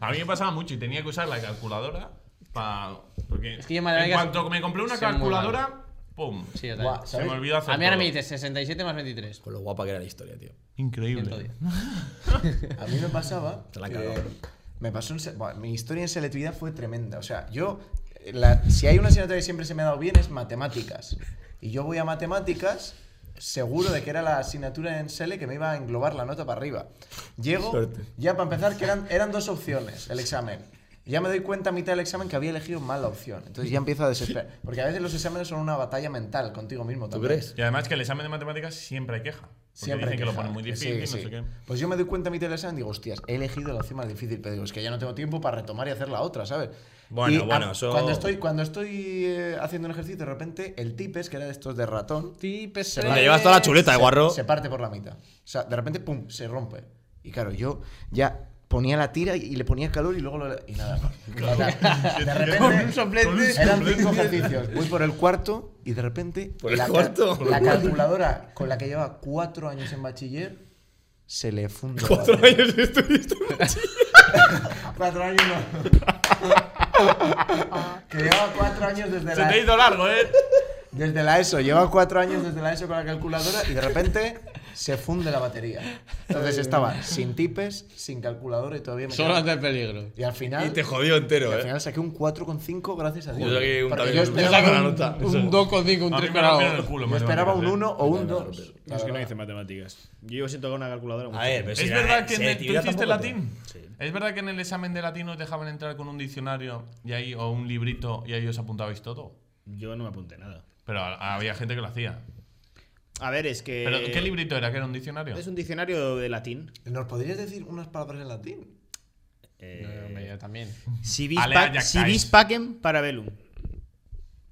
S3: A mí me pasaba mucho y tenía que usar la calculadora para. Porque
S4: que yo en
S3: en
S4: matemáticas
S3: cuanto me compré una
S4: soy muy
S3: calculadora, ¡pum!
S4: Sí, yo
S7: Guau,
S4: también.
S3: se me
S7: ¿sabes?
S3: olvidó hacer.
S4: A mí ahora me
S3: todo.
S4: dices 67 más 23.
S5: Con lo guapa que era la historia, tío.
S3: Increíble.
S4: 110.
S7: A mí me pasaba.
S5: Te la he
S7: que
S5: cagado.
S7: me pasó en se- buah, mi historia en selectividad fue tremenda. O sea, yo. eh, la- si hay una asignatura que siempre se me ha dado bien es matemáticas. Y yo voy a matemáticas seguro de que era la asignatura en Sele que me iba a englobar la nota para arriba. Llego,
S5: Suerte.
S7: ya para empezar, que eran, eran dos opciones el examen. Ya me doy cuenta a mitad del examen que había elegido mal la opción. Entonces ya empiezo a desesperar. Porque a veces los exámenes son una batalla mental contigo mismo
S5: ¿Tú
S7: también.
S5: crees?
S3: Y además que el examen de matemáticas siempre hay queja. Porque
S7: Siempre
S3: dicen que lo
S7: queja,
S3: ponen muy
S7: que sí,
S3: difícil,
S7: sí.
S3: no sé qué.
S7: Pues yo me doy cuenta a mitad del examen y digo, hostias, he elegido la opción más difícil, pero digo, es que ya no tengo tiempo para retomar y hacer la otra, ¿sabes?
S5: Bueno,
S7: Y, ah,
S5: bueno, eso-
S7: Cuando estoy, cuando estoy eh, haciendo un ejercicio, de repente el tipes, que era de estos de ratón,
S4: Tipes.
S5: Te llevas toda la chuleta, de guarro.
S7: se parte por la mitad. O sea, de repente, pum, se rompe. Y claro, yo ya ponía la tira y le ponía calor y luego lo... Y nada más. O sea, de
S3: Con
S7: repente...
S3: un soplete.
S7: Eran cinco ejercicios. Voy por el cuarto y de repente
S5: ¿Por el
S7: la, ca-
S5: cuarto?
S7: la calculadora con la que lleva cuatro años en bachiller se le funde. la
S5: Cuatro
S7: batería.
S5: años estuviste.
S7: Cuatro años no. que lleva cuatro años desde
S3: Se
S7: la,
S3: te ha ido largo, ¿eh?
S7: desde la ESO. Lleva cuatro años desde la ESO con la calculadora y de repente se funde la batería. Entonces estaba sin tipes, sin calculadora y todavía me
S4: Solo
S7: quedaba-
S4: ante el peligro.
S7: Y al final...
S5: Y te jodió entero,
S7: y al
S5: eh.
S7: final saqué un 4,5 gracias a Dios.
S5: Yo saqué un
S7: Porque
S5: también
S7: yo
S5: un- yo
S7: esperaba
S5: saqué
S7: un-
S5: un- nota.
S4: Un 2,5, un
S3: A mí
S4: 3
S3: me rompieron el
S4: carajo.
S3: culo.
S7: Yo esperaba un
S3: matemáticas, ¿eh?
S7: 1 o un
S5: No, no,
S7: 2.
S5: pero-
S6: No, es que no hice matemáticas. Yo llevo sin tocar una calculadora. mucho
S5: A ver,
S6: tiempo.
S5: pero si
S3: ¿Es
S5: la-
S3: verdad que en el- tú
S5: selectividad
S3: hiciste
S5: eh, tampoco te-
S3: latín?
S5: Sí.
S3: ¿Es verdad que en el examen de latín os dejaban entrar con un diccionario y ahí, o un librito y ahí os apuntabais todo?
S6: Yo no me apunté nada.
S3: Pero a- había gente que lo hacía.
S6: A ver, es que.
S3: ¿Pero qué librito era? ¿Que era Eh, un diccionario?
S6: Es un diccionario de latín.
S7: ¿Nos podrías decir unas palabras en latín?
S6: Eh,
S4: Yo también.
S6: si vis
S3: Alea
S6: pac-
S3: jactae.
S6: si vis pacem para velum.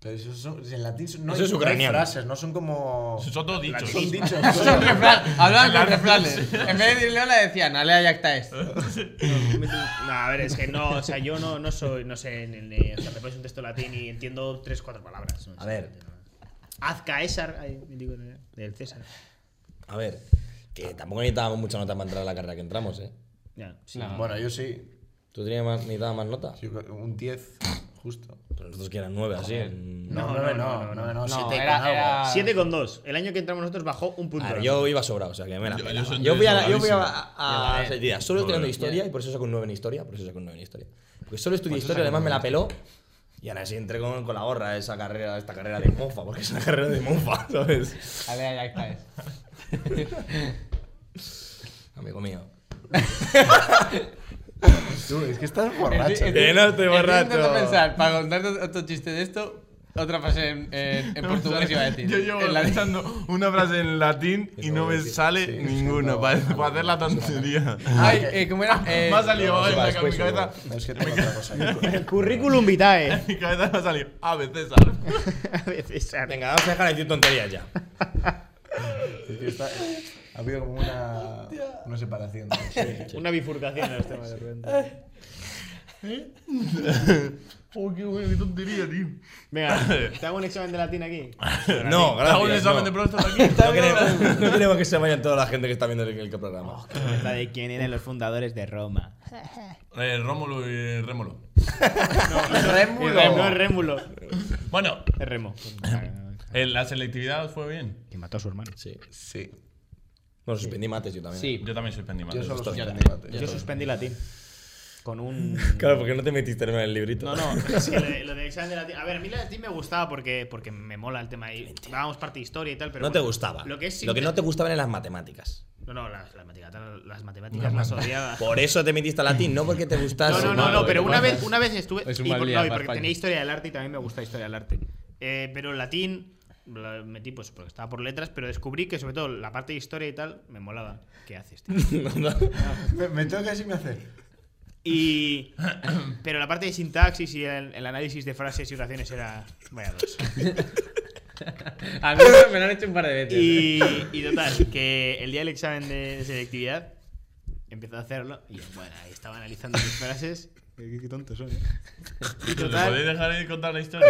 S7: Pero eso son, en latín son- no
S5: Eso
S7: hay-
S5: es
S7: no hay
S5: ucraniano.
S7: frases, no son como.
S3: Son todos dichos.
S7: Son dichos.
S4: Son refran, hablaban
S3: La-
S4: con refranes. En vez de decir Leona decían, Alea Yactaes.
S6: No, a ver, es que no, o sea, yo no, no soy, no sé, en el- eh, o sea, me pones un texto latín y entiendo tres, cuatro palabras. no
S5: A
S6: sé.
S5: ver.
S6: Haz Caesar, ay, digo, eh, del César.
S5: A ver, que tampoco necesitábamos mucha nota para entrar a la carrera que entramos, eh.
S6: Ya, sí.
S4: No.
S7: Bueno, yo sí.
S5: ¿Tú tenías más, necesitabas más notas?
S7: Yo creo- Un 10, justo.
S5: Pero nosotros que eran nueve, así. en-
S7: No,
S6: No, no,
S7: nueve no,
S6: no,
S7: nueve no,
S4: no,
S7: siete
S4: era-
S7: con algo.
S4: era-
S6: Siete con dos. El año que entramos nosotros bajó un punto.
S5: A ver,
S6: la
S5: yo
S6: nota.
S5: iba sobrado, o sea que me la
S3: Yo- yo
S5: pelaba.
S3: soy
S5: Yo fui a, la- yo fui a,
S3: sobradísimo.
S5: a- a-
S4: Yo también.
S5: selectividad. solo estudiando
S3: Joder.
S5: historia y por eso saco un 9 en historia, por eso saco un 9 en historia. Porque solo estudié historia, además me la peló. Y ahora sí entré con, con la gorra esa carrera, esta carrera de mofa, porque es una carrera de mofa, ¿sabes?
S4: Alea Yactaes.
S5: Amigo mío.
S7: Tú, es que estás
S4: Estoy-
S7: borracho.
S4: estoy-
S5: Que no estoy
S4: estoy
S5: borracho.
S4: intentando pensar, para contar otro chiste de esto, otra frase en, en- en portugués iba a decir.
S3: Yo llevo
S4: En la-
S3: pensando una frase en latín y no me sale
S7: sí,
S3: ninguna
S7: no,
S3: para,
S7: no,
S3: para hacer la tontería.
S4: Ay, eh, ¿cómo era? Eh,
S3: me ha salido
S7: No,
S3: hoy,
S7: sí,
S3: me
S7: va,
S3: ha
S7: después,
S3: ca- mi cabeza.
S7: seguro. No, es que tengo otra cosa. ahí.
S6: Currículum vitae.
S3: Mi cabeza me ha salido. A veces. César.
S6: A ver, César.
S5: Venga, vamos a dejar de decir tonterías ya.
S7: Es que está- Ha habido como una, una separación. ¿no?
S6: Una bifurcación en los temas de repente.
S3: Oh, qué bueno, qué tontería, tío.
S6: Venga, te hago un examen de latín aquí.
S5: No,
S3: ¿Te hago un
S5: gracias.
S3: examen
S5: no.
S3: de próstata aquí?
S5: No queremos, no queremos que se vayan toda la gente que está viendo el, el programa.
S6: La de quién eran los fundadores de Roma.
S3: Eh, Rómulo y Rémulo.
S6: No,
S7: Rémulo.
S6: no es Rémulo.
S3: Bueno,
S6: Es Remo.
S3: eh, la selectividad os fue bien.
S6: Que mató a su hermano.
S5: Sí.
S7: Sí.
S5: Bueno, suspendí mates yo también.
S4: Sí.
S3: Yo también suspendí
S7: Yo
S3: mates.
S7: solo soy
S5: yo
S7: un
S5: también.
S7: debate.
S6: Yo suspendí latín. Con un.
S5: Claro, porque no te metiste en el librito.
S6: No, no, es que lo de, lo de examen de latín. A ver, a mí la latín me gustaba porque, porque me mola el tema. Y dábamos parte de historia y tal, pero.
S5: No te
S6: bueno,
S5: gustaba.
S6: Lo que, es
S5: no te gustaban eran las matemáticas.
S6: No, no, las, las matemáticas, las, matemáticas las odiaba.
S5: Por eso te metiste a latín, no porque te gustase.
S6: No, no, no, no, pero una vez, una vez estuve.
S4: Es un
S6: y
S4: mal
S6: por-
S4: día
S6: no, y
S4: para
S6: porque
S4: España.
S6: tenía historia del arte y también me gusta historia del arte. Eh, pero el latín lo metí pues porque estaba por letras, pero descubrí que sobre todo la parte de historia y tal me molaba. ¿Qué este? haces, tío?
S7: Me, me toca así me hace.
S6: Y. Pero la parte de sintaxis y el, el análisis de frases y oraciones era. Vaya dos.
S4: A mí eso me lo han hecho un par de veces.
S6: Y, y total, que el día del examen de selectividad empezó a hacerlo y yo, bueno, ahí estaba analizando mis frases. Qué, qué tontos son, ¿eh? Y
S3: ¿Te
S6: total,
S3: podéis dejar de contar la historia?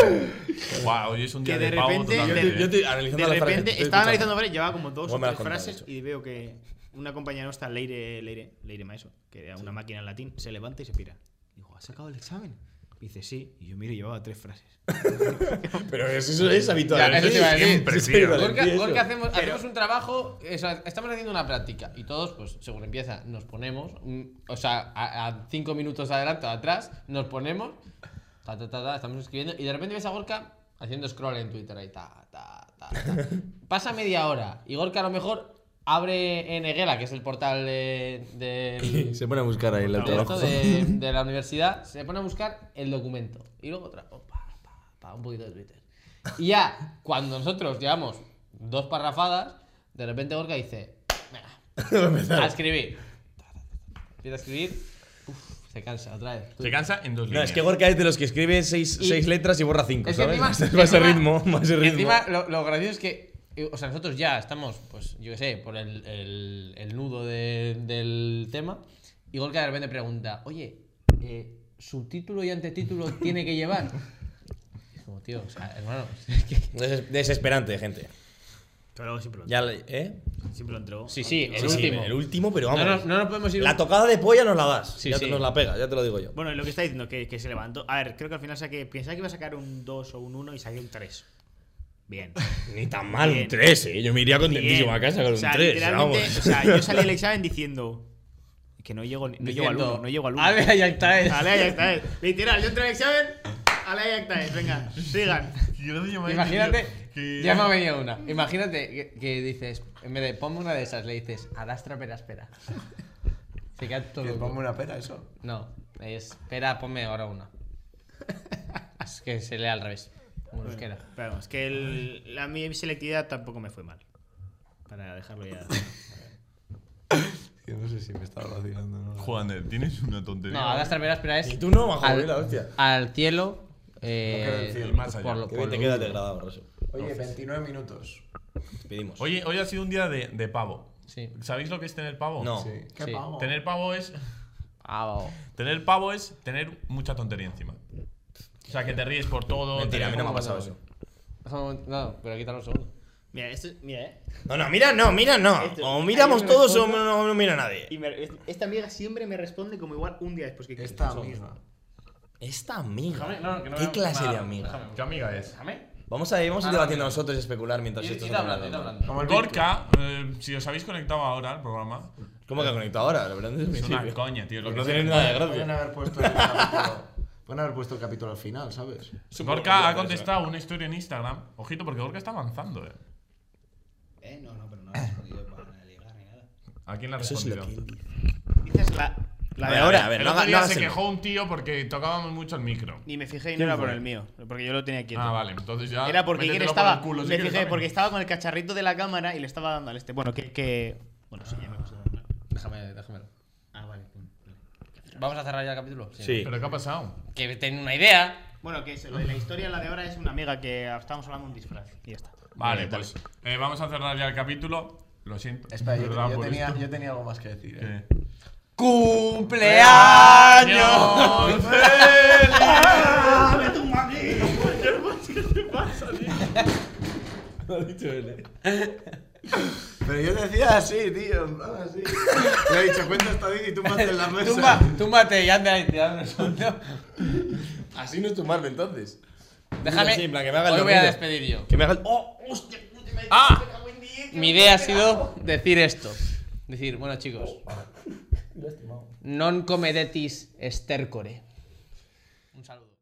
S3: wow, hoy es un día
S6: Que de
S3: de, pavo
S6: repente-
S3: totalmente.
S5: Yo estoy analizando
S6: de
S5: las frases, estoy
S6: repente estaba
S5: escuchando.
S6: analizando varias, llevaba como dos
S5: Vos
S6: o
S5: me lo has
S6: tres
S5: contado,
S6: frases
S5: de
S6: y veo que una compañera nuestra, Leire, Leire, Leire Maeso, que era una máquina en latín, se levanta y se pira. Digo, ¿has sacado el examen? Y dice, sí. Y yo miro y llevaba tres frases.
S5: Pero eso es habitual.
S4: Ya, eso te iba a decir.
S3: Siempre,
S5: Sí,
S3: tío.
S5: sí, vale.
S4: Gorka,
S5: Valentía,
S4: Gorka,
S5: eso.
S4: hacemos, hacemos un trabajo, o sea, estamos haciendo una práctica y todos, pues según empieza, nos ponemos, mm, o sea, a, a cinco minutos adelante o atrás, nos ponemos, ta, ta, ta, ta, estamos escribiendo y de repente ves a Gorka haciendo scroll en Twitter ahí, ta, ta, ta, ta. Pasa media hora y Gorka a lo mejor abre Enguela, que es el portal de, del-
S5: Se pone a buscar ahí el
S4: de
S5: trabajo.
S4: esto de, de la universidad, se pone a buscar el documento. Y luego otra, oh, pa, pa, pa, un poquito de Twitter. Y ya, cuando nosotros llevamos dos parrafadas, de repente Gorka dice, venga, a escribir. Empieza a escribir, Uf, se cansa otra vez.
S3: Se cansa en dos
S5: No,
S3: líneas.
S5: es que Gorka es de los que escribe seis,
S4: Y-
S5: seis letras y borra cinco,
S4: Es que
S5: ¿sabes?
S4: encima,
S5: va a ese
S4: encima-
S5: ritmo, va a ese ritmo.
S4: Encima, lo, lo gracioso es que, eh, o sea, nosotros ya estamos, pues, yo qué sé, por el, el- el nudo de- del tema. Y Gorka de repente pregunta, oye, eh, ¿subtítulo y antetítulo tiene que llevar? Y es como, tío, o sea, hermano, es que-
S5: Des- desesperante, gente.
S6: Pero luego siempre lo,
S5: Ya, le- ¿eh?
S6: siempre lo entregó.
S4: Sí, sí, el
S5: Sí, sí,
S4: último.
S5: el último, pero
S4: no,
S5: vamos.
S4: no, no nos podemos ir.
S5: La tocada de polla nos la das.
S4: Sí,
S5: ya
S4: sí.
S5: te nos la pega, ya te lo digo yo.
S6: Bueno, y lo que está diciendo, que, que se levantó. A ver, creo que al final saqué. Pensaba que iba a sacar un 2 o un 1 y saqué un 3. Bien.
S5: Ni tan mal,
S6: Bien.
S5: un 3, ¿eh? Yo me iría
S6: Bien.
S5: contentísimo a casa con
S6: o sea,
S5: un 3.
S6: literalmente,
S5: Vamos.
S6: o sea, yo salí del examen diciendo. Que no llego, ni- no llego al
S4: diciendo,
S6: 1, no llego al 1.
S4: A ver, ya está. eh.
S6: Ale, ya está. eh. Literal, yo entré al examen. Ale, ya está. eh. Venga, sigan.
S3: Yo no me llamo
S4: Imagínate,
S3: tío, que-
S4: ya me ha venido una. Imagínate que, que dices, en vez de ponme una de esas, le dices, adastra, pera, espera. Se queda todo.
S7: Que
S4: loco.
S7: ponme una pera, eso.
S4: No, es, espera, ponme ahora una. es que se lee al revés. Como en euskera.
S6: Pero vamos, que el- la mi selectividad tampoco me fue mal. Para dejarlo ya.
S7: Yo no sé si me estaba vacilando. ¿no?
S3: Joder, eh, tienes una tontería.
S4: No, adastra, pera, espera es.
S5: eh, Y tú no, bajo,
S4: al-
S5: la hostia.
S4: Al cielo. eh,
S7: No creo el cielo,
S4: pues
S3: más allá.
S4: por lo-
S5: Qué
S4: por
S5: bien te
S4: lo-
S5: queda degradado, Rosso.
S7: Oye, 29 minutos.
S5: Pedimos.
S3: Oye, hoy ha sido un día de, de pavo.
S4: Sí.
S3: ¿Sabéis lo que es tener pavo?
S5: No.
S7: Sí. ¿Qué
S4: Sí.
S7: pavo?
S3: Tener pavo es.
S4: Ah, vamos.
S3: Tener pavo es tener mucha tontería encima. O sea, que te ríes por todo.
S5: Mentira, a
S3: te-
S5: mí no me ha pasado eso.
S4: Déjame un momento- No, pero quítalo un segundo.
S6: Mira, esto, mira, eh.
S5: No, no, mira, no, mira, no.
S4: Este,
S6: Esto-
S5: O miramos
S6: ahí me
S5: todos o
S6: respondo.
S5: no, no mira nadie.
S6: Y me- esta amiga siempre me responde como igual un día después que
S7: Esta amiga.
S5: Esta amiga.
S4: Déjame- no, no, que no
S5: ¿Qué
S4: me-
S5: clase
S4: nada,
S5: de amiga?
S4: déjame.
S3: ¿Qué amiga es?
S4: Déjame.
S5: Vamos a ir, vamos a ir
S4: Ah,
S5: debatiendo nosotros y especular mientras
S4: Ir-
S5: esto
S4: ir
S5: se
S4: hablando, ir hablando.
S7: Como el
S3: Gorka, eh, si os habéis conectado ahora al programa,
S5: ¿Cómo que ha conectado ahora? La verdad es
S3: es una
S5: principio.
S3: coña, tío. Lo
S5: Pues
S3: que
S5: no
S3: se-
S5: tiene nada de
S7: Pueden
S5: gracia.
S7: haber puesto el capítulo. Pueden haber puesto el capítulo al final, ¿sabes?
S3: Gorka ha contestado una historia en Instagram. Ojito, porque Gorka está avanzando, eh.
S6: Eh, no, no, pero no la he respondido para ligar ni nada.
S3: ¿A quién le ha
S5: Eso es lo
S3: respondido?
S5: que-
S6: Dices la, la
S5: A
S6: de
S5: ver,
S6: ahora.
S5: ahora, a ver,
S3: el
S5: no
S3: otro
S5: haga-
S3: día
S5: no
S3: se
S5: hagas-
S3: quejó un tío porque tocábamos mucho el micro.
S6: Ni me fijé y no era por el mío, porque yo lo tenía quieto.
S3: Ah, vale, entonces ya.
S6: Era porque
S3: métetelo
S6: Iker
S3: por el
S6: estaba.
S3: culo, si
S6: me
S3: quieres,
S6: fijé,
S3: también.
S6: porque estaba con el cacharrito de la cámara y le estaba dando al este. Bueno, que. que... Bueno, sí, ya me gusta.
S4: Déjame, déjamelo.
S6: Ah, vale. bueno, vale.
S4: ¿Vamos a cerrar ya el capítulo?
S5: Sí.
S3: ¿Pero qué ha pasado?
S4: Que ten una idea.
S6: Bueno, que eso, lo de la historia, la de ahora es una amiga que estábamos hablando de un disfraz. Y ya está.
S3: Vale, pues eh, vamos a cerrar ya el capítulo. Lo siento.
S7: Espera, yo,
S3: ¿verdad?
S7: yo
S3: por
S7: tenía,
S3: esto.
S7: yo tenía algo más que decir. ¿eh?
S3: ¿Qué?
S4: ¡Cumpleaños!
S7: Pero yo decía así, tío. en plan Así. Le he dicho, cuenta esta vez y tú en la mesa.
S4: Tumba, túmbate y anda ahí tirando el sonido.
S5: Así no es tumbarme entonces.
S4: Déjame.
S5: Sí, en plan, que me haga el
S4: hoy voy a
S5: dormido.
S4: despedir yo.
S5: Que me haga el-
S6: ¡Oh, hostia! puta, me-
S4: Ah,
S6: me cago en diez,
S4: Mi
S6: me
S4: idea ha
S6: cago en diez.
S4: sido decir esto. Decir, bueno chicos. Non comedetis estercore. Un saludo.